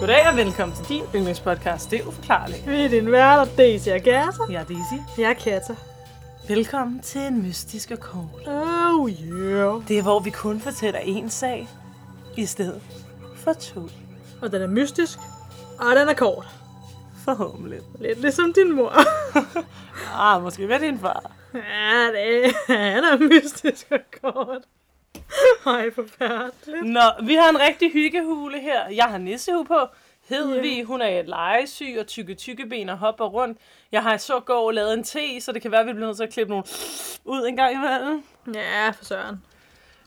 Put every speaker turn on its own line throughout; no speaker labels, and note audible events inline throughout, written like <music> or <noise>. Goddag og velkommen til din yndlingspodcast, Det er uforklarligt.
Vi er din værter, Daisy og Gersa.
Jeg er Daisy.
Jeg er Katja.
Velkommen til en mystisk og kogel.
Oh yeah.
Det er, hvor vi kun fortæller én sag, i stedet for to.
Og den er mystisk, og den er kort.
Forhåbentlig.
Lidt ligesom din mor. <laughs>
Ah, måske med din far.
ja, det han er mystisk og kort. Ej, forfærdeligt.
Nå, vi har en rigtig hyggehule her. Jeg har nissehue på. Hedvig, yeah. hun er et legesyg og tykke tykke ben og hopper rundt. Jeg har i så går lavet en te, så det kan være, at vi bliver nødt til at klippe nogle ud en gang imellem.
Ja, for søren.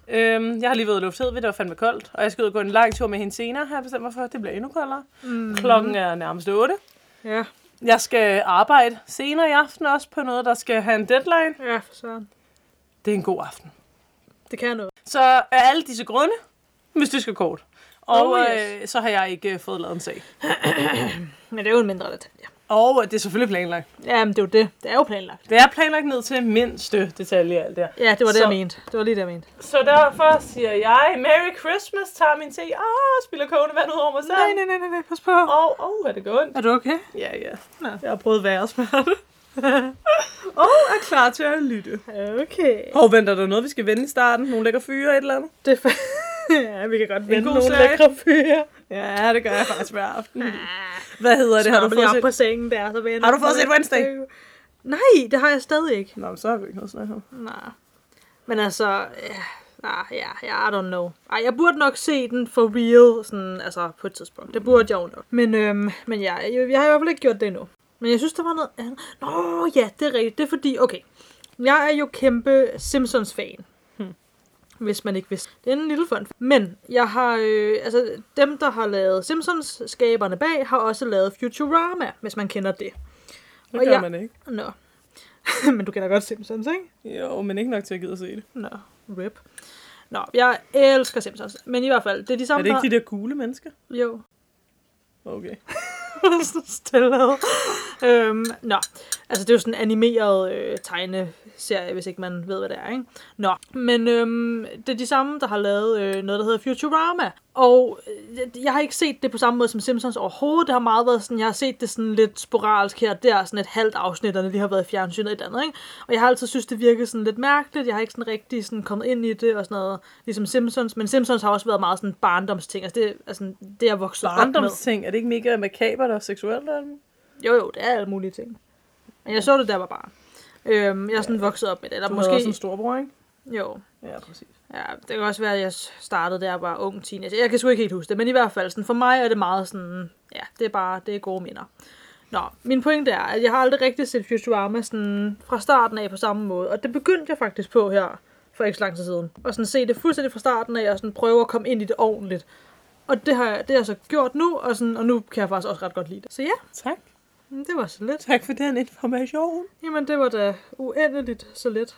Øhm, jeg har lige været ude i luft ved, det var fandme koldt. Og jeg skal ud og gå en lang tur med hende senere, har jeg bestemt mig for. Det bliver endnu koldere. Mm. Klokken er nærmest 8.
Ja,
Jeg skal arbejde senere i aften også på noget, der skal have en deadline.
ja, for søren.
Det er en god aften.
Det kan noget.
Så af alle disse grunde, mystisk og kort. Og
Oh,
oh,
yes.
yes. øh, så har jeg ikke øh, fået lavet en sag.
Men det er jo en mindre detalje.
Og øh, det er selvfølgelig planlagt.
Jamen, det er jo det. Det er jo planlagt.
Det er planlagt ned til mindste detalje i alt det her.
Ja, det var det,
Så-
jeg mente. Det var lige det, jeg mente.
Så derfor siger jeg, Merry Christmas, tager min te, ah, spiller kogende vand ud over mig selv.
Nej, nej, nej, nej, nej. Pas på.
Og, åh, oh, er det godt?
Er du okay?
Ja, ja.
Nå.
Jeg har prøvet værre smerte. og er klar til at lytte.
Okay.
Hov, venter der noget, vi skal vende i starten? Nogle lækker fyre et eller andet?
Det er fa- <laughs> ja, vi kan godt vende
god
nogle
sag.
lækre fyre.
Ja, det gør jeg faktisk hver aften. Hvad hedder det? Har du
Snabel
fået
op
set?
på sengen der, så vender
Har du fået
den.
set Wednesday?
Nej, det har jeg stadig ikke.
Nå, men så har vi ikke noget at snakke om.
Nej. Men altså, ja, ah, ja, ja, I don't know. Ej, jeg burde nok se den for real, sådan, altså på et tidspunkt. Det burde jeg jo nok. Men, øhm, men ja, jeg, jeg har i hvert fald ikke gjort det endnu. Men jeg synes, der var noget andet. Nå, ja, det er rigtigt. Det er fordi, okay. Jeg er jo kæmpe Simpsons-fan. Hvis man ikke vidste. Det er en lille fun. Men jeg har, øh, altså dem, der har lavet Simpsons, skaberne bag, har også lavet Futurama, hvis man kender det.
Det
Og
gør
jeg-
man ikke.
Nå. <laughs> Men du kender godt Simpsons, ikke?
Jo, men ikke nok til at gide at se det.
Nå, rip. Nå, jeg elsker Simpsons. Men i hvert fald, det er de
Er
samme,
det ikke de der gule mennesker?
der... Jo,
Okay.
<laughs> så stille. ad. øhm, nå, altså det er jo sådan en animeret øh, tegneserie, hvis ikke man ved, hvad det er, ikke? Nå, men øhm, det er de samme, der har lavet øh, noget, der hedder Futurama. Og øh, jeg, jeg har ikke set det på samme måde som Simpsons overhovedet. Det har meget været sådan, jeg har set det sådan lidt sporadisk her og der, sådan et halvt afsnit, og det lige har været i fjernsynet i et andet, ikke? Og jeg har altid synes, det virkede sådan lidt mærkeligt. Jeg har ikke sådan rigtig sådan kommet ind i det og sådan noget, ligesom Simpsons. Men Simpsons har også været meget sådan barndomsting. Altså det, altså, det er jeg vokset op med.
Barndomsting, er det ikke mega makabert og seksuelt? Eller?
Jo, jo, det er alle mulige ting. Men jeg så det, der var barn. Øhm, jeg er sådan vokset op med det. Eller
Du måske...
måske...
også en storbror, ikke?
Jo,
Ja, præcis.
ja, det kan også være, at jeg startede, da jeg var ung teenager. Jeg kan sgu ikke helt huske det, men i hvert fald, sådan, for mig er det meget sådan... Ja, det er bare det er gode minder. Nå, min pointe er, at jeg har aldrig rigtig set Futurama sådan fra starten af på samme måde. Og det begyndte jeg faktisk på her for ikke så lang tid siden. Og sådan se det fuldstændig fra starten af, og sådan prøve at komme ind i det ordentligt. Og det har jeg, det har jeg så gjort nu, og, sådan, og nu kan jeg faktisk også ret godt lide det. Så ja,
Tak.
det var så lidt.
Tak for den information.
Jamen, det var da uendeligt så let.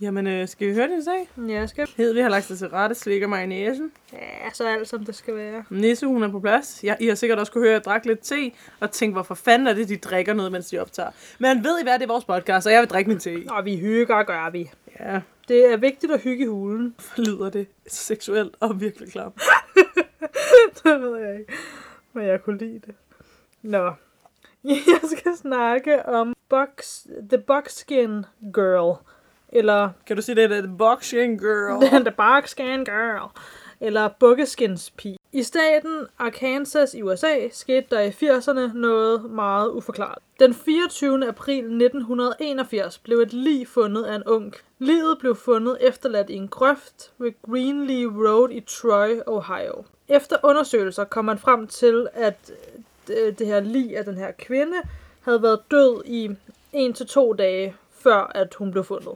Jamen, øh, skal vi høre din sag?
Ja, skal
Hed, vi har lagt sig til rette, slikker mig i næsen.
Ja, så alt som det skal være.
Nisse, hun er på plads. Ja, I har sikkert også kunne høre, at jeg drak lidt te, og tænkte, hvorfor fanden er det, de drikker noget, mens de optager. Men ved I hvad, det er vores podcast, og jeg vil drikke min te.
Og vi hygger, gør vi.
Ja,
Det er vigtigt at hygge i hulen. <laughs>
forlyder det seksuelt og virkelig klam.
det ved jeg ikke. Men jeg kunne lide det. Nå. <laughs> Jeg skal snakke om box, The Buckskin Girl. Eller
Kan du sige det? Det er The Boxing Girl.
Den <laughs> The Buckskin Girl. Eller Bukkeskins pige. I staten Arkansas i USA skete der i 80'erne noget meget uforklaret. Den 24. april 1981 blev et lig fundet af en ung. Liget blev fundet efterladt i en grøft ved Greenlee Road i Troy, Ohio. Efter undersøgelser kom man frem til, at øh, det her lig af den her kvinde havde været død i 1-2 dage, før at hun blev fundet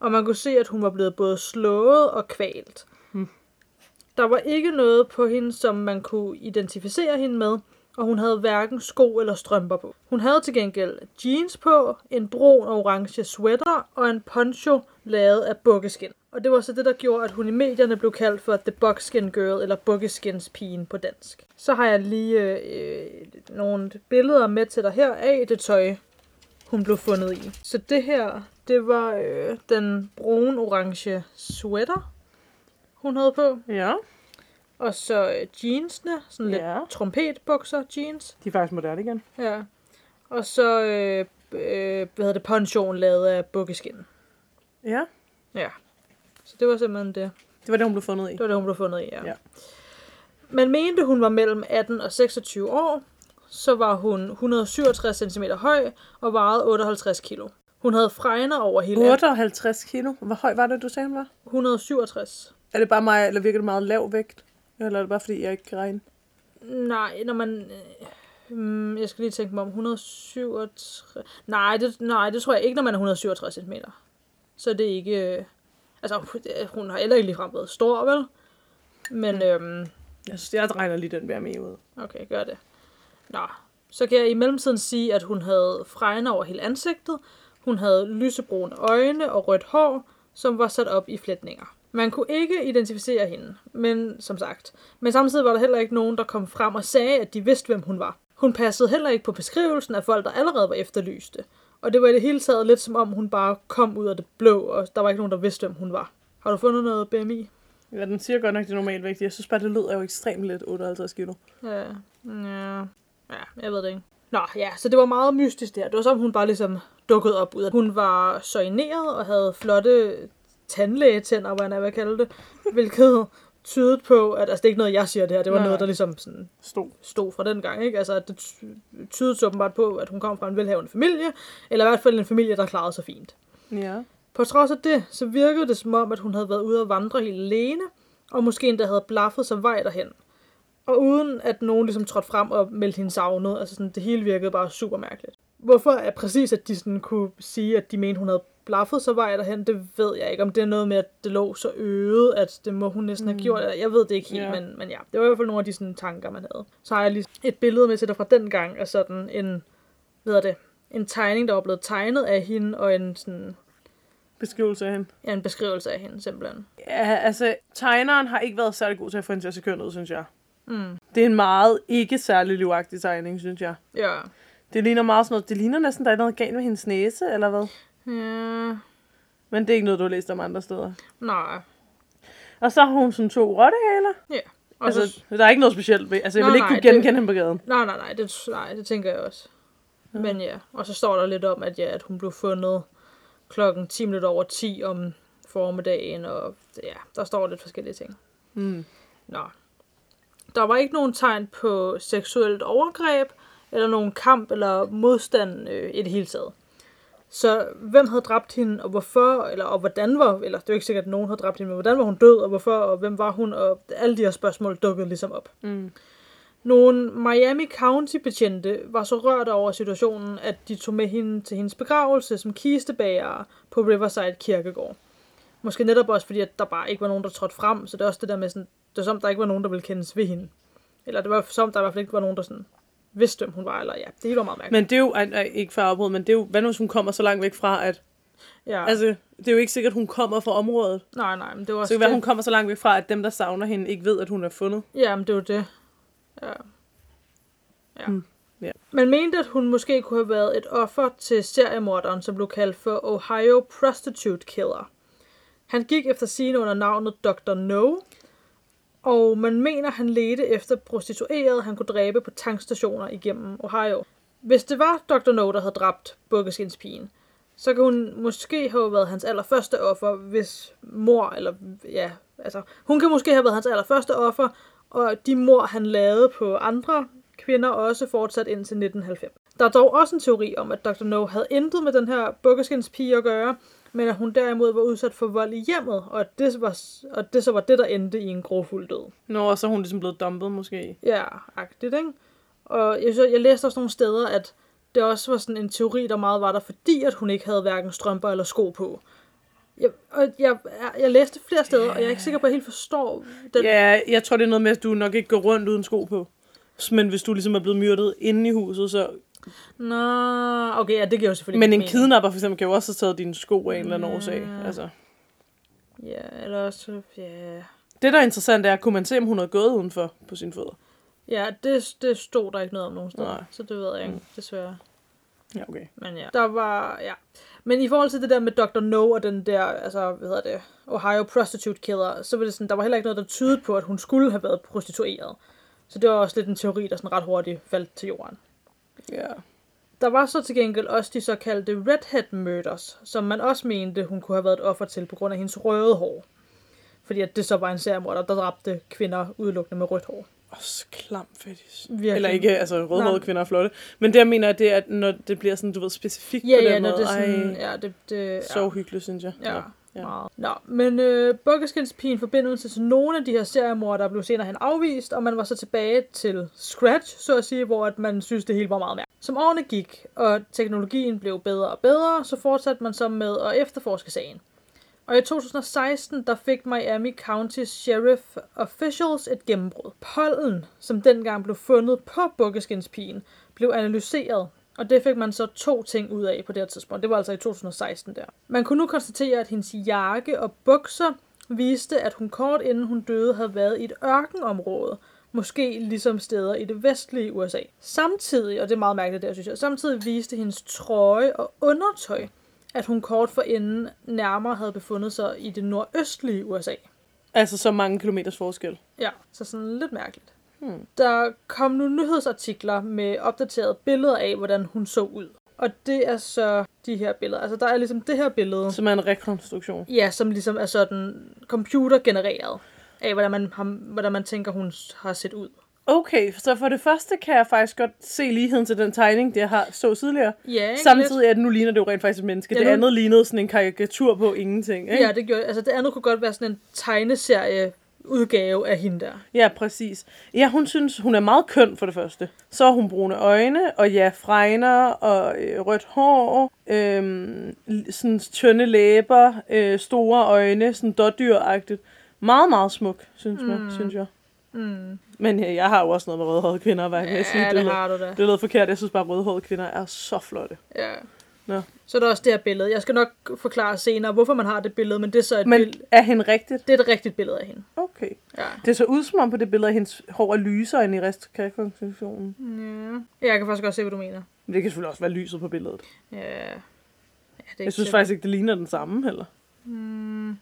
og man kunne se, at hun var blevet både slået og kvalt. Hmm. Der var ikke noget på hende, som man kunne identificere hende med, og hun havde hverken sko eller strømper på. Hun havde til gengæld jeans på, en brun og orange sweater og en poncho lavet af bukkeskin. Og det var så det, der gjorde, at hun i medierne blev kaldt for The Buckskin Girl, eller Bukkeskins pigen på dansk. Så har jeg lige øh, øh, nogle billeder med til dig her af det tøj, hun blev fundet i. Så det her, det var øh, den brun-orange sweater, hun havde på.
Ja.
Og så øh, jeansene, sådan lidt
Ja.
trompetbukser, jeans.
De er faktisk moderne igen.
Ja. Og så, øh, øh, hvad hedder det, ponchoen lavet af bukkeskin.
Ja.
Ja. Så det var simpelthen det.
Det var det, hun blev fundet i.
Det var det, hun blev fundet i, ja.
Ja.
Man mente, hun var mellem 18 og 26 år. Så var hun 167 cm høj og vejede 58 kg. Hun havde fregner over hele
58 kilo. Hvor høj var det, du sagde, hun var?
167.
Er det bare mig, eller virker det meget lav vægt? Eller er det bare, fordi jeg ikke kan regne?
Nej, når man... øh, Hmm, jeg skal lige tænke mig om 167... Nej det, nej, det tror jeg ikke, når man er 167 cm. Så er det ikke... øh, Altså, hun har heller ikke ligefrem været stor, vel? Men øhm,
Jeg synes, jeg regner lige den BMI ud.
Okay, gør det. Nå, så kan jeg i mellemtiden sige, at hun havde fregner over hele ansigtet, hun havde lysebrune øjne og rødt hår, som var sat op i flætninger. Man kunne ikke identificere hende, men som sagt. Men samtidig var der heller ikke nogen, der kom frem og sagde, at de vidste, hvem hun var. Hun passede heller ikke på beskrivelsen af folk, der allerede var efterlyste. Og det var i det hele taget lidt som om, hun bare kom ud af det blå, og der var ikke nogen, der vidste, hvem hun var. Har du fundet noget BMI?
Ja, den siger godt nok, det er normalt vægt. Jeg synes bare, det lyder jo ekstremt lidt, 58 kilo.
Ja, Øh, ja, ja, jeg ved det ikke. Nå, ja, så det var meget mystisk der. Det var som, om hun bare ligesom dukkede op ud af. Hun var søjneret og havde flotte tandlægetænder, hvad jeg vil kalde det, hvilket tydede på, at altså, det er ikke noget, jeg siger det her, det var
Nej.
noget, der ligesom sådan
Stod.
stod fra den gang, ikke? Altså, at det ty- tydede så åbenbart på, at hun kom fra en velhavende familie, eller i hvert fald en familie, der klarede sig fint.
Ja.
På trods af det, så virkede det som om, at hun havde været ude og vandre helt alene, og måske endda havde blaffet sig vej derhen. Og uden at nogen ligesom trådte frem og meldte hende savnet, altså sådan, det hele virkede bare super mærkeligt. Hvorfor er præcis, at de sådan kunne sige, at de mente, hun havde blaffet sig vej derhen, det ved jeg ikke. Om det er noget med, at det lå så øget, at det må hun næsten have gjort. eller- Jeg ved det ikke helt,
Ja.
men, men ja. Det var i hvert fald nogle af de sådan, tanker, man havde. Så har jeg lige et billede med til dig fra den gang af sådan en, hvad er det, en tegning, der var blevet tegnet af hende, og en sådan
Beskrivelse af hende.
Ja, en beskrivelse af hende, simpelthen.
Ja, altså, tegneren har ikke været særlig god til at få hende til at se køn ud, synes jeg. Mm. Det er en meget ikke særlig livagtig tegning, synes jeg.
Ja.
Det ligner meget sådan noget. Det ligner næsten, der er noget galt med hendes næse, eller hvad?
Ja.
Men det er ikke noget, du har læst om andre steder.
Nej.
Og så har hun sådan to rottehaler.
Ja. Og så,
Altså, der er ikke noget specielt ved. Altså, jeg
Nå,
vil ikke
nej,
kunne genkende
det-
hende på gaden.
nej, nej, nej det, nej, det tænker jeg også. Ja. Men ja, og så står der lidt om, at, ja, at hun blev fundet klokken 10 minutter over 10 om formiddagen, og ja, der står lidt forskellige ting.
Mm.
Nå. Der var ikke nogen tegn på seksuelt overgreb, eller nogen kamp eller modstand øh, i det hele taget. Så hvem havde dræbt hende, og hvorfor, eller og hvordan var, eller det er jo ikke sikkert, at nogen havde dræbt hende, men hvordan var hun død, og hvorfor, og hvem var hun, og alle de her spørgsmål dukkede ligesom op.
Mm.
Nogle Miami County-betjente var så rørt over situationen, at de tog med hende til hendes begravelse som kistebager på Riverside Kirkegård. Måske netop også fordi, at der bare ikke var nogen, der trådte frem, så det er også det der med sådan, det var som, der ikke var nogen, der ville kendes ved hende. Eller det var som, der i hvert fald ikke var nogen, der sådan vidste, hvem hun var, eller ja, det hele var meget mærkeligt.
Men det er jo, ej, nej, ikke for at afbryde, men det er jo, hvad nu hvis hun kommer så langt væk fra, at,
ja.
altså, det er jo ikke sikkert, hun kommer fra området.
nej, nej, men det var
Så
også
det kan være, hun kommer så langt væk fra, at dem, der savner hende, ikke ved, at hun er fundet.
Ja, men det var det. Ja. Ja.
Mm, ja.
Man mente, at hun måske kunne have været et offer til seriemorderen, som blev kaldt for Ohio Prostitute Killer. Han gik efter sine under navnet Dr. No, og man mener, han ledte efter prostituerede, han kunne dræbe på tankstationer igennem Ohio. Hvis det var Dr. No, der havde dræbt Bukkeskinspigen, så kan hun måske have været hans allerførste offer, hvis mor, eller ja, altså, hun kan måske have været hans allerførste offer, og de mor, han lavede på andre kvinder, også fortsat indtil 1990. Der er dog også en teori om, at Dr. No havde intet med den her bukkeskins pige at gøre, men at hun derimod var udsat for vold i hjemmet, og at det, var, og det så var det, der endte i en grofuld død.
Nå, og så er hun ligesom blevet dumpet, måske.
Ja, agtigt, ikke? Og jeg, så, jeg læste også nogle steder, at det også var sådan en teori, der meget var der, fordi at hun ikke havde hverken strømper eller sko på. Jeg, og jeg, jeg, jeg læste flere steder, og jeg er ikke sikker på, at jeg helt forstår den.
Ja, jeg tror, det er noget med, at du nok ikke går rundt uden sko på. Men hvis du ligesom er blevet myrdet inde i huset, så...
Nå, okay, ja, det giver jo selvfølgelig
Men en
ikke mening.
kidnapper for eksempel kan jo også have taget dine sko af en eller anden årsag. Altså,
Ja, eller også, ja...
det, der er interessant, er, kunne man se, om hun havde gået udenfor på sine fødder?
Ja, det, det stod der ikke noget om nogen steder,
Nej.
så det ved jeg ikke, desværre.
Ja, okay.
Men ja, der var, ja. Men i forhold til det der med Dr. No og den der, altså, hvad hedder det, Ohio Prostitute Killer, så var det sådan, der var heller ikke noget, der tydede på, at hun skulle have været prostitueret. Så det var også lidt en teori, der sådan ret hurtigt faldt til jorden.
Ja.
Der var så til gengæld også de såkaldte redhead murders, som man også mente, hun kunne have været et offer til på grund af hendes røde hår. Fordi at det så var en seriemorder, der dræbte kvinder udelukkende med rødt hår.
Også klam fetish.
Virkelig.
Eller ikke, altså rødhårede
Nej.
kvinder er flotte. Men det, jeg mener, det er, at når det bliver sådan, du ved, specifikt
Ja,
på den
ja, når
måde.
det er sådan,
Ej,
ja, det, det, ja.
så uhyggeligt, synes jeg.
Ja,
Nå.
ja.
ja.
meget. Nå, men øh, Bukkeskinspigen forbindelse til nogle af de her seriemord, der blev senere hen afvist, og man var så tilbage til Scratch, så at sige, hvor at man synes, det hele var meget mærkeligt. Som årene gik, og teknologien blev bedre og bedre, så fortsatte man så med at efterforske sagen. Og i 2016, der fik Miami County Sheriff Officials et gennembrud. Pollen, som dengang blev fundet på bukkeskinspigen, blev analyseret, og det fik man så to ting ud af på det her tidspunkt. Det var altså i 2016 der. Man kunne nu konstatere, at hendes jakke og bukser viste, at hun kort inden hun døde havde været i et ørkenområde, måske ligesom steder i det vestlige USA. Samtidig, og det er meget mærkeligt der, synes jeg, samtidig viste hendes trøje og undertøj, at hun kort forinden nærmere havde befundet sig i det nordøstlige USA.
Altså så mange kilometers forskel.
Ja, så sådan lidt mærkeligt. Hmm. Der kom nu nyhedsartikler med opdaterede billeder af, hvordan hun så ud. Og det er så de her billeder. Altså, der er ligesom det her billede,
Som er en rekonstruktion.
ja, som ligesom er sådan computergenereret af, hvordan man, har, hvordan man tænker, hun har set ud.
Okay, så for det første kan jeg faktisk godt se ligheden til den tegning, det jeg har så tidligere.
Ja, ikke
Samtidig er det nu ligner det jo rent faktisk et menneske.
Ja,
Ja, det
nu-
andet lignede sådan en karikatur på ingenting. Ikke?
Ja, det gjorde, altså det andet kunne godt være sådan en tegneserie udgave af hende der.
Ja, præcis. Ja, hun synes, hun er meget køn for det første. Så har hun brune øjne, og ja, fregner og øh, rødt hår, øhm, l- sådan tynde læber, øh, store øjne, sådan dårdyragtigt. Meget, meget smuk, synes, mm. man, synes jeg.
Mm.
Men ja, jeg har jo også noget med rødhårede kvinder, hvad jeg kan sige.
Ja, det
det,
har du da.
det lød forkert. Jeg synes bare, at rødhårede kvinder er så flotte.
Ja.
Nå.
Så er der også det her billede. Jeg skal nok forklare senere, hvorfor man har det billede, men det er så et,
Men
bill-
er hende rigtigt?
det er et rigtigt billede af hende.
Okay.
Ja.
Det så ud som om på det billede, at hendes hår er lysere end i restrekonstruktionen.
Mm. ja. Jeg kan faktisk godt se, hvad du mener.
Men det kan selvfølgelig også være lyset på billedet.
Ja. ja det er
Jeg synes
ikke-
faktisk ikke, det ligner den samme heller.
Mm.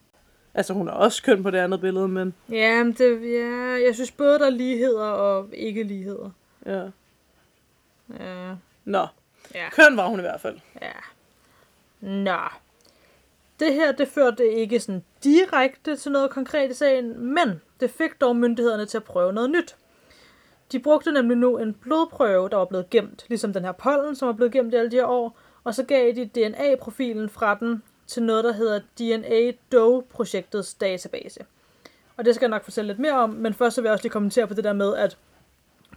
Altså, hun er også køn på det andet billede, men
Ja, men det, ja, jeg synes både, der er ligheder og ikke ligheder.
ja.
Ja.
Nå,
Ja.
køn var hun i hvert fald.
Ja. Nå. Det her, det førte ikke sådan direkte til noget konkret i sagen, men det fik dog myndighederne til at prøve noget nyt. De brugte nemlig nu en blodprøve, der var blevet gemt, ligesom den her pollen, som var blevet gemt i alle de her år, og så gav de DNA-profilen fra den til noget, der hedder DNA Doe-projektets database. Og det skal jeg nok fortælle lidt mere om, men først så vil jeg også lige kommentere på det der med, at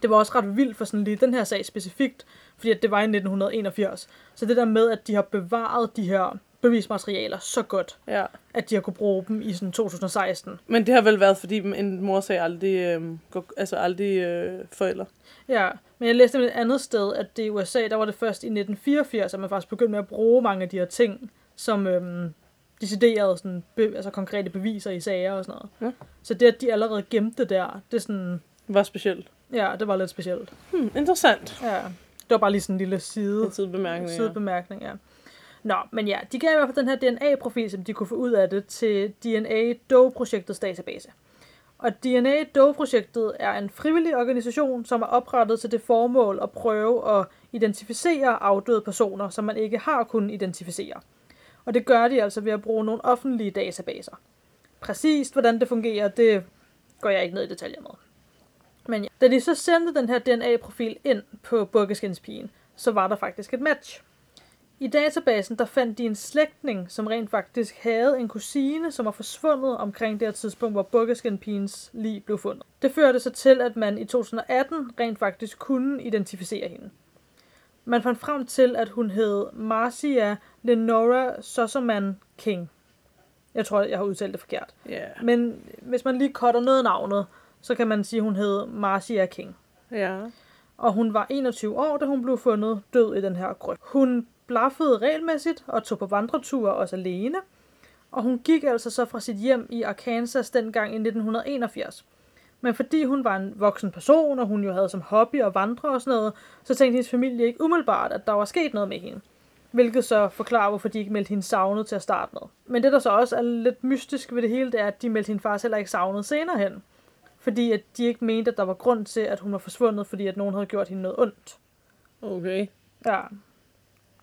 det var også ret vildt for sådan lige den her sag specifikt, fordi at det var i 1981. Så det der med, at de har bevaret de her bevismaterialer så godt,
Ja.
at de har kunne bruge dem i sådan 2016.
Men det har vel været, fordi en mor sagde aldrig, øh, går, altså aldrig øh, forældre.
Ja, men jeg læste et andet sted, at det i USA, der var det først i 1984, at man faktisk begyndte med at bruge mange af de her ting, som øhm, deciderede sådan, be, altså konkrete beviser i sager og sådan noget.
Ja.
Så det, at de allerede gemte det der, det er sådan,
Var specielt.
ja, det var lidt specielt.
Hmm, interessant.
Ja, det var bare lige sådan en lille side.
En sidebemærkning.
Side
Ja.
bemærkning, ja. Nå, men ja, de gav i hvert fald den her DNA-profil, som de kunne få ud af det, til DNA Doe-projektets database. Og DNA Doe-projektet er en frivillig organisation, som er oprettet til det formål at prøve at identificere afdøde personer, som man ikke har kunnet identificere. Og det gør de altså ved at bruge nogle offentlige databaser. Præcist hvordan det fungerer, det går jeg ikke ned i detaljer med. Men ja. da de så sendte den her DNA-profil ind på bukkeskinspigen, så var der faktisk et match. I databasen der fandt de en slægtning, som rent faktisk havde en kusine, som var forsvundet omkring det her tidspunkt, hvor bukkeskinpigens lig blev fundet. Det førte så til, at man i 2018 rent faktisk kunne identificere hende. Man fandt frem til, at hun hed Marcia Lenora Sosserman King. Jeg tror, jeg har udtalt det forkert.
Ja.
Men hvis man lige cutter noget af navnet, så kan man sige, at hun hed Marcia King.
ja.
Og hun var 21 år, da hun blev fundet død i den her grøft. Hun blaffede regelmæssigt og tog på vandreture også alene. Og hun gik altså så fra sit hjem i Arkansas dengang i 1981. Men fordi hun var en voksen person, og hun jo havde som hobby at vandre og sådan noget, så tænkte hendes familie ikke umiddelbart, at der var sket noget med hende. Hvilket så forklarer, hvorfor de ikke meldte hende savnet til at starte med. Men det, der så også er lidt mystisk ved det hele, det er, at de meldte hende faktisk heller ikke savnet senere hen. Fordi at de ikke mente, at der var grund til, at hun var forsvundet, fordi at nogen havde gjort hende noget ondt.
Okay.
Ja,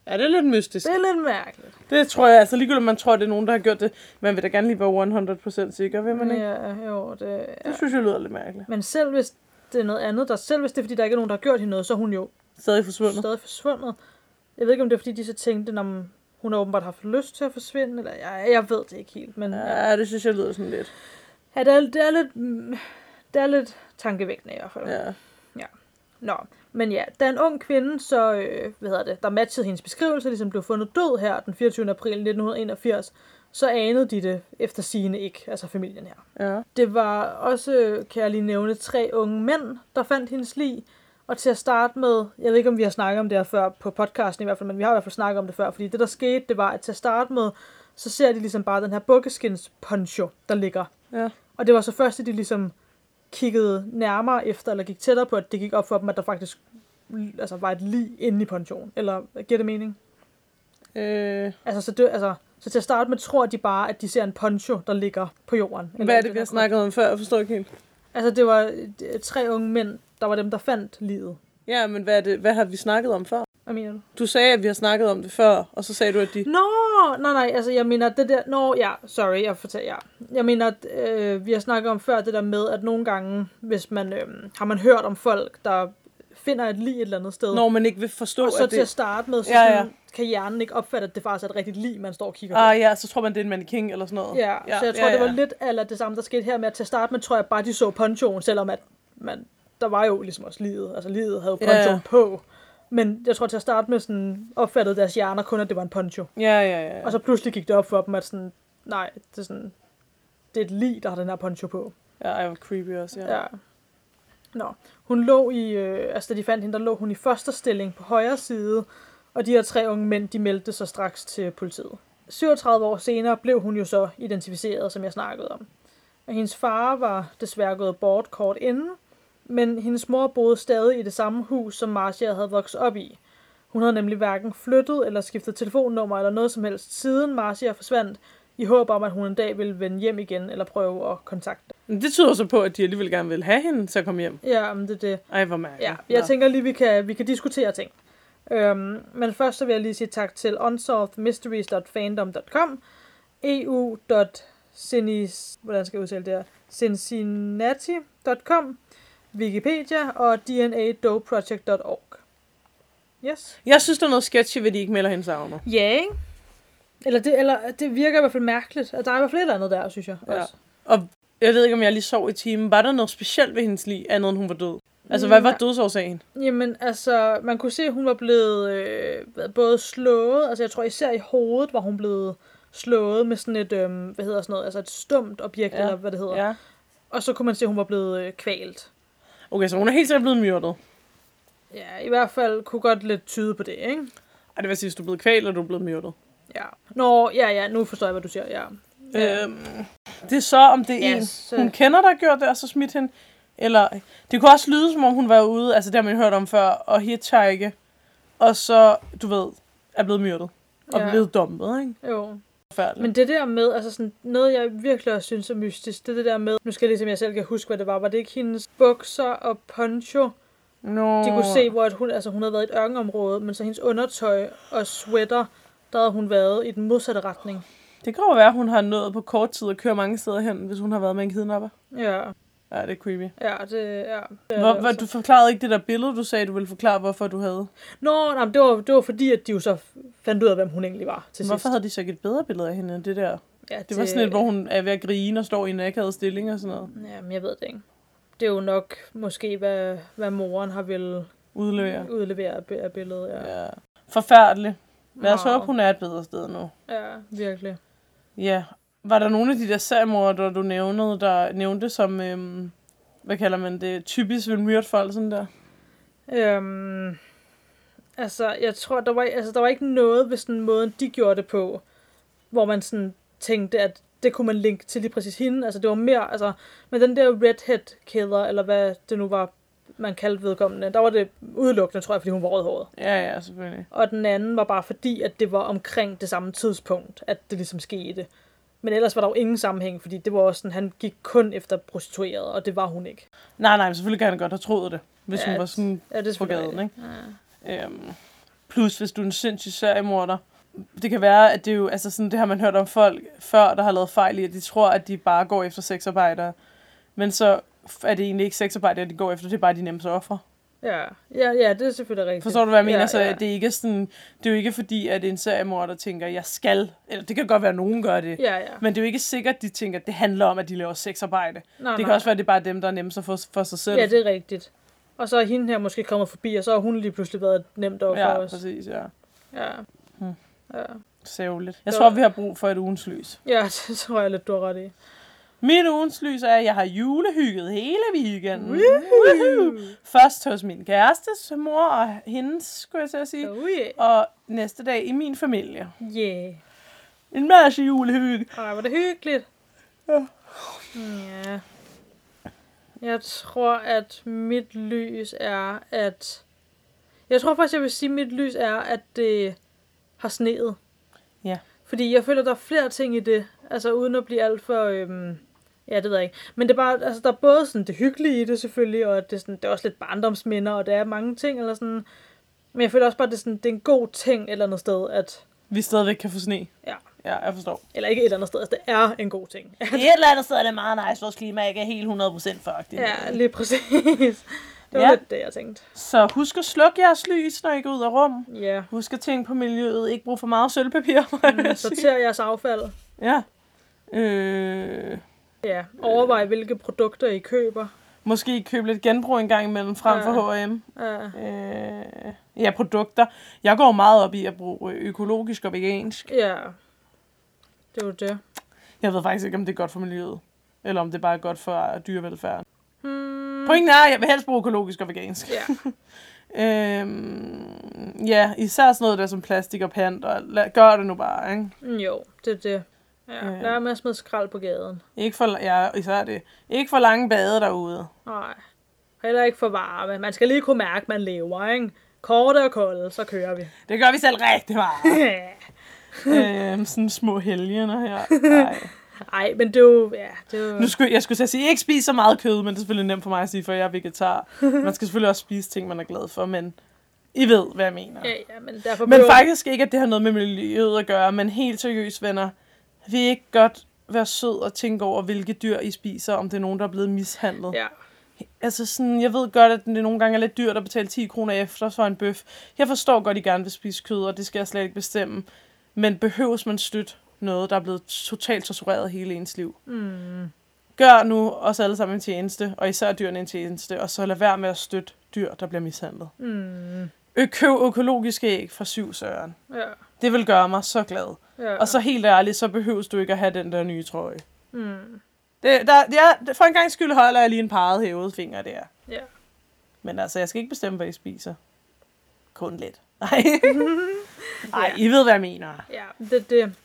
Ja, det er lidt mystisk.
det er lidt mærkeligt.
Det tror jeg, altså ligegyldigt, om man tror, det er nogen, der har gjort det. Man vil da gerne lige være 100% sikker, vil man ikke?
Ja, jo, det, ja.
Det synes jeg lyder lidt mærkeligt.
Men selv hvis det er noget andet, der, selv hvis det er, fordi der ikke er nogen, der har gjort hende noget, så er hun jo
Stadig forsvundet.
stadig forsvundet. Jeg ved ikke, om det er, fordi de så tænkte, om hun har åbenbart haft lyst til at forsvinde, eller jeg, jeg ved det ikke helt, men ja.
Ja, det synes jeg lyder sådan lidt.
Ja, det, er, det, er lidt, mm, det er lidt tankevækkende i hvert fald.
Ja.
Nå, men ja, da en ung kvinde, så, øh, hvad hedder det, der matchede hendes beskrivelse, ligesom blev fundet død her den 24. april 1981, så anede de det efter sigende ikke, altså familien her.
Ja.
Det var også, kan jeg lige nævne, tre unge mænd, der fandt hendes lig. Og til at starte med, jeg ved ikke, om vi har snakket om det her før på podcasten i hvert fald, men vi har i hvert fald snakket om det før, fordi det, der skete, det var, at til at starte med, så ser de ligesom bare den her bukkeskins poncho, der ligger.
Ja.
Og det var så først, at de ligesom kiggede nærmere efter, eller gik tættere på, at det gik op for dem, at der faktisk altså, var et lig inde i ponchoen. Eller, giver det mening?
Øh,
Altså, så, det, altså, så til at starte med tror de bare, at de ser en poncho, der ligger på jorden.
hvad er
den
det, vi
her
har snakket om før? Jeg forstår ikke helt.
Altså, det var øh, tre unge mænd, der var dem, der fandt livet.
Ja, men hvad, er det, hvad har vi snakket om før?
Hvad mener du?
Du sagde, at vi har snakket om det før, og så sagde du, at de...
Nå, nej, nej, altså jeg mener det der... Nå, ja, sorry, jeg fortæller jer. Jeg mener, at, øh, vi har snakket om før det der med, at nogle gange, hvis man... Øh, har man hørt om folk, der finder et lig et eller andet sted.
Når man ikke vil forstå,
og så
at
til at
det...
starte med, så
Ja, ja.
ja, ja. kan hjernen ikke opfatte, at det faktisk er et rigtigt lig, man står og kigger på.
Ah ja, så tror man, det er en mannequin eller sådan noget.
Ja, ja, så jeg tror, ja, ja. det var lidt eller det samme, der skete her med, at til at starte med, tror jeg bare, de så ponchoen, selvom at man, der var jo ligesom også livet, altså livet havde
Ja,
jo ponchoen
ja.
på. Men jeg tror, til at starte med sådan, opfattede deres hjerner kun, at det var en poncho.
Ja, ja, ja. ja.
Og så pludselig gik det op for dem, at sådan, nej, det er sådan, det er et lig, der har den her poncho på.
Ja, ej, hvor creepy også, ja.
Ja. ja. Nå, hun lå i, øh, altså da de fandt hende, der lå hun i fosterstilling på højre side, og de her tre unge mænd, de meldte sig straks til politiet. 37 år senere blev hun jo så identificeret, som jeg snakkede om. Og hendes far var desværre gået bort kort inden, men hendes mor boede stadig i det samme hus, som Marcia havde vokset op i. Hun havde nemlig hverken flyttet eller skiftet telefonnummer eller noget som helst, siden Marcia forsvandt, i håb om, at hun en dag ville vende hjem igen eller prøve at kontakte.
Men det tyder så på, at de alligevel gerne vil have hende til at komme hjem.
Ja, men det er det.
Ej, hvor mærkeligt.
Ja, jeg
Nå.
tænker lige, vi kan, vi kan diskutere ting. Øhm, men først så vil jeg lige sige tak til unsolvedmysteries.fandom.com, e eu.cinis, hvordan skal jeg udtale det her? cincinnati.com, Wikipedia og dnadoproject.org. Yes.
Jeg synes, der er noget sketchy ved, at de ikke melder hende savner.
Ja, yeah, ikke? Eller det, eller det virker i hvert fald mærkeligt. at Der er i hvert fald et eller andet der, synes jeg.
Ja.
Også.
Og jeg ved ikke, om jeg lige sov i timen. Var der noget specielt ved hendes liv, andet end hun var død? Altså, hvad var
Nej.
dødsårsagen?
Jamen, altså, man kunne se, at hun var blevet øh, hvad- både slået, altså jeg tror især i hovedet var hun blevet slået med sådan et, øh, hvad hedder sådan noget, altså et stumt objekt,
Ja,
ja. eller hvad det hedder. Ja.
Ja.
Og så kunne man se, at hun var blevet øh, kvalt.
Okay, så hun er helt sikkert blevet myrdet.
Ja, i hvert fald kunne godt lidt tyde på det, ikke?
Ej, det vil sige, hvis du er blevet kvalt, og du er blevet myrdet.
Ja. Nå, ja, ja, nu forstår jeg, hvad du siger, ja.
Ja. Øhm, det er så, om det er
Ja,
en,
så-
hun kender, der har gjort det, og så smidt hende. Eller, det kunne også lyde, som om hun var ude, altså det har man hørt om før, og hitchhike, og så, du ved, er blevet myrdet. Og
Ja.
blevet dumpet, ikke?
Jo.
Forfærdeligt.
Men det der med, altså sådan, noget jeg virkelig også synes er mystisk, det er det der med, nu skal jeg ligesom jeg selv kan huske, hvad det var, var det ikke hendes bukser og poncho,
no.
De kunne se, hvor at hun, altså hun havde været i et ørkenområde, men så hendes undertøj og sweater, der havde hun været i den modsatte retning.
Det kan jo være, at hun har nået på kort tid at køre mange steder hen, hvis hun har været med en kidnapper.
Ja,
Ja, det er creepy.
ja, det ja. Øh, det er...
Hvor,
det
hvor,
også.
du forklarede ikke det der billede, du sagde, du ville forklare, hvorfor du havde.
Nå, nej, men det var, det var fordi, at de jo så fandt ud af, hvem hun egentlig var til sidst.
Hvorfor havde de så ikke et bedre billede af hende end det der?
ja,
Det var sådan et, hvor hun er ved at grine og står i en akavet stilling og sådan noget.
Jamen, jeg ved det ikke. Det er jo nok måske, hvad, hvad moren har ville
Udløjer.
udlevere af bi- af billedet. Ja, ja.
Ja. Forfærdeligt. Lad os
Meget.
håbe, hun er et bedre sted nu.
ja virkelig.
Ja. Var der nogle af de der seriemordere, du nævnede, der nævnte som, øhm, hvad kalder man det, typisk vil myrde folk sådan der?
Øhm, altså, jeg tror, der var, altså, der var ikke noget ved sådan måden, de gjorde det på, hvor man sådan tænkte, at det kunne man linke til lige præcis hende. Altså, det var mere, altså, men den der redhead-kæder, eller hvad det nu var, man kaldte vedkommende, der var det udelukkende, tror jeg, fordi hun var rødhåret.
Ja, ja, selvfølgelig.
Og den anden var bare fordi, at det var omkring det samme tidspunkt, at det ligesom skete. Men ellers var der jo ingen sammenhæng, fordi det var også sådan, han gik kun efter prostituerede, og det var hun ikke.
Nej, nej, men selvfølgelig kan han godt have troet det, hvis ja,
Ja,
hun var sådan
Ja, det er
på
selvfølgelig
gaden,
rigtigt.
ikke? Ja. Øhm, plus, hvis du er en sindssyg seriemorder, det kan være, at det er jo, altså sådan, det har man hørt om folk før, der har lavet fejl i, at de tror, at de bare går efter sexarbejdere. Men så er det egentlig ikke sexarbejdere, de går efter, det er bare de nemmeste offer.
Ja, ja, ja, det er selvfølgelig rigtigt.
Forstår du, hvad jeg mener?
Ja,
Så
ja.
det er ikke sådan, det er jo ikke fordi, at en seriemorder tænker, jeg skal, eller det kan godt være, at nogen gør det.
Ja, ja.
Men det er jo ikke sikkert, de tænker, at det handler om, at de laver sexarbejde.
Nej,
det kan
nej.
også være, at det er bare dem, der er nemmest at få for sig selv.
Ja, det er rigtigt. Og så er hende her måske kommet forbi, og så har hun lige pludselig været et nemt over for
ja
os.
præcis, ja.
Ja.
Hmm.
ja.
Sævligt. Jeg
Det
tror,
var-
vi har brug for et ugens lys.
Ja, <laughs> det tror jeg lidt, du har ret i.
Mit ugens lys er, at jeg har julehygget hele weekenden.
Woohoo!
Først hos min kærestes mor og hendes, skulle jeg til at sige.
Oh yeah.
Og næste dag i min familie.
Yeah.
En masse julehygge.
Ej, var det hyggeligt.
Ja.
Ja. Jeg tror, at mit lys er, at... Jeg tror faktisk, jeg vil sige, at mit lys er, at det har sneet.
Ja.
Fordi jeg føler, der er flere ting i det. Altså uden at blive alt for... Øhm, ja, det ved jeg ikke. Men det er bare, altså, der er både sådan det hyggelige i det selvfølgelig, og det er, sådan, det er også lidt barndomsminder, og der er mange ting, eller sådan... Men jeg føler også bare, at det er, sådan, det er en god ting et eller andet sted, at...
Vi stadigvæk kan få sne.
Ja.
Ja, jeg forstår.
Eller ikke et eller andet sted, altså det er en god ting.
<laughs> Det er et eller andet sted, det er meget nice. Vores klima ikke er helt 100% faktisk.
Ja, lige præcis. Det var
Ja.
ja. lidt det, jeg tænkte.
Så husk at slukke jeres lys, når I går ud af rum. <laughs>
Ja.
Husk at tænke på miljøet. Ikke brug for meget sølvpapir.
Mm, Sorter jeres affald.
ja. Øh,
Ja. Overvej, hvilke produkter I køber.
måske købe lidt genbrug en gang imellem frem
Ja.
for H&M.
Ja.
Øh, ja, produkter. Jeg går meget op i at bruge øh, økologisk og vegansk.
ja. Det var det.
Jeg ved faktisk ikke, om det er godt for miljøet. Eller om det bare er godt for øh, dyrevelfærden.
Hmm.
Pointen er, at jeg vil helst bruge økologisk og vegansk.
Ja.
Øhm, ja, især sådan noget der som plastik og pant, og la- gør det nu bare, ikke?
Mm, Jo, det er det. Ja.
Ja.
Lad være med at smide skrald på gaden.
Ikke for, ja, især det. Ikke for lange bade derude.
Nej. Heller ikke for varme. Man skal lige kunne mærke, man lever, ikke? Korte og kolde, så kører vi. <clears throat>
Det gør vi selv rigtig
<laughs>
meget. øhm, sådan små helgener her. Nej.
Ej, men det er jo... Ja, det er jo...
Nu skulle, jeg skulle til at sige, ikke spise så meget kød, men det er selvfølgelig nemt for mig at sige, for jeg er vegetar. Man skal selvfølgelig også spise ting, man er glad for, men I ved, hvad jeg mener.
Ja, ja, men derfor...
Men
behøver-
faktisk ikke, at det har noget med miljøet at gøre, men helt seriøst, venner. Vil I ikke godt være sød og tænke over, hvilke dyr I spiser, om det er nogen, der er blevet mishandlet?
Ja.
Altså sådan, jeg ved godt, at det nogle gange er lidt dyrt at betale 10 kroner efter for en bøf. Jeg forstår godt, at I gerne vil spise kød, og det skal jeg slet ikke bestemme. Men behøves man støtte noget, der er blevet totalt tortureret hele ens liv?
Mm.
Gør nu os alle sammen en tjeneste, og især dyrene en tjeneste, og så lad være med at støtte dyr, der bliver mishandlet.
Mm.
Ø- Køb økologiske æg fra syv søren.
Ja.
Det vil gøre mig så glad.
ja.
Og så helt ærligt, så behøves du ikke at have den der nye trøje.
Mm.
Det, der, ja, for en gang skyld holder jeg lige en parret hævet finger der.
Ja.
Men altså, jeg skal ikke bestemme, hvad I spiser. Kun lidt. <laughs> Nej. Nej, I ved, hvad jeg mener.
Ja, det, det,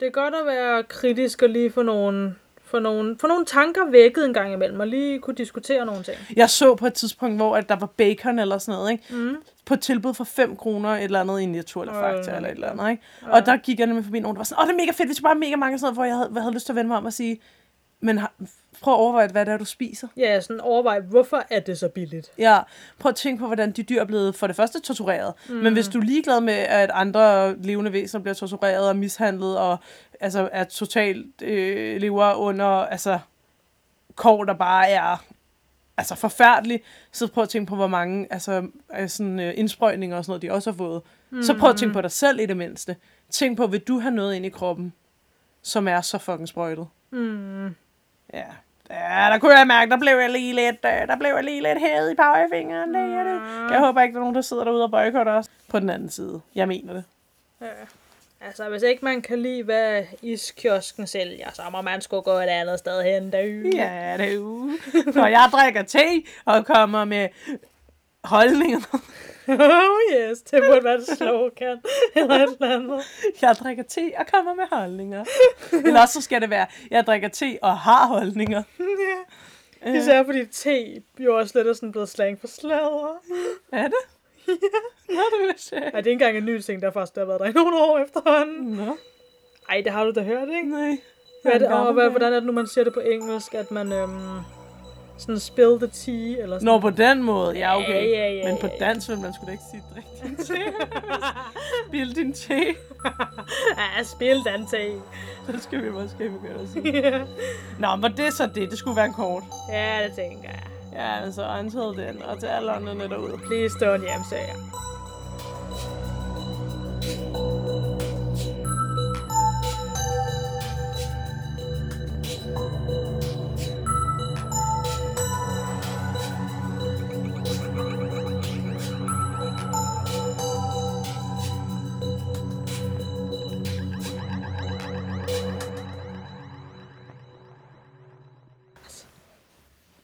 det er godt at være kritisk og lige få nogle, få nogle, få nogle tanker vækket en gang imellem, og lige kunne diskutere nogle ting.
Jeg så på et tidspunkt, hvor at der var bacon eller sådan noget, ikke?
Mm.
på et tilbud for 5 kroner et eller andet i Netto eller Fakta
Øh.
eller et eller andet. Ikke? Og der gik jeg nemlig forbi nogen, der var sådan, åh, det er mega fedt, hvis bare er mega mange og sådan noget, hvor jeg havde, hvor jeg havde lyst til at vende mig om og sige, men har, prøv at overveje, hvad det er, du spiser.
Ja, sådan overvej, hvorfor er det så billigt?
Ja, prøv at tænke på, hvordan de dyr er blevet for det første tortureret. Mm. Men hvis du er ligeglad med, at andre levende væsener bliver tortureret og mishandlet, og altså, er totalt øh, lever under altså, kår, der bare er altså, forfærdelig, så prøv at tænke på, hvor mange altså, øh, sådan, øh, indsprøjtninger og sådan noget, de også har fået. Mm. Så prøv at tænke på dig selv i det mindste. Tænk på, vil du have noget ind i kroppen, som er så fucking sprøjtet?
Mm.
Ja. Ja, der kunne jeg mærke, der blev jeg lige lidt, øh, der blev jeg lige lidt hævet i pegefingeren. Det, er
Mm.
det. Jeg håber ikke, der er nogen, der sidder derude og boykotter os. På den anden side. Jeg mener det.
Ja. Altså, hvis ikke man kan lide, hvad iskiosken sælger, så må man sgu gå et andet sted hen. Der.
Ja, <laughs> det er jo. Når jeg drikker te og kommer med holdninger.
<laughs>
<laughs>
oh yes, det burde være et slogan, <laughs> eller et eller andet.
Jeg drikker te og kommer med
<laughs>
holdninger. Eller også så skal det være, jeg drikker te og har holdninger.
ja. Især fordi te jo også lidt er sådan blevet slang for sladder.
Er det? Ja. Nå, det vil jeg sige.
Ej, det er ikke engang en ny ting, der faktisk har været der i nogle år efterhånden.
Nå,
Ej, det har du da hørt, ikke?
nej.
Hvad er det,
Jeg er Mm, en
og hvad,
gammel
hvordan er det nu, man siger det på engelsk, at man øhm, sådan spill the tea, eller sådan
Nå, på den måde. Ja, okay.
Ja, ja, ja,
Men på
ja, ja.
dansk ville man sgu da ikke sige, drik din
<laughs>
te. Spild din te.
ah, spill den te.
Så skal vi måske begynde at sige.
Ja.
Nå, men var det så det? Det skulle være en kort.
<laughs> ja, det tænker jeg.
Ja, men så antede den, og til alle andre derude.
Please don't hjem, sagde jeg.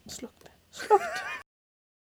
Sluk det. Sluk det.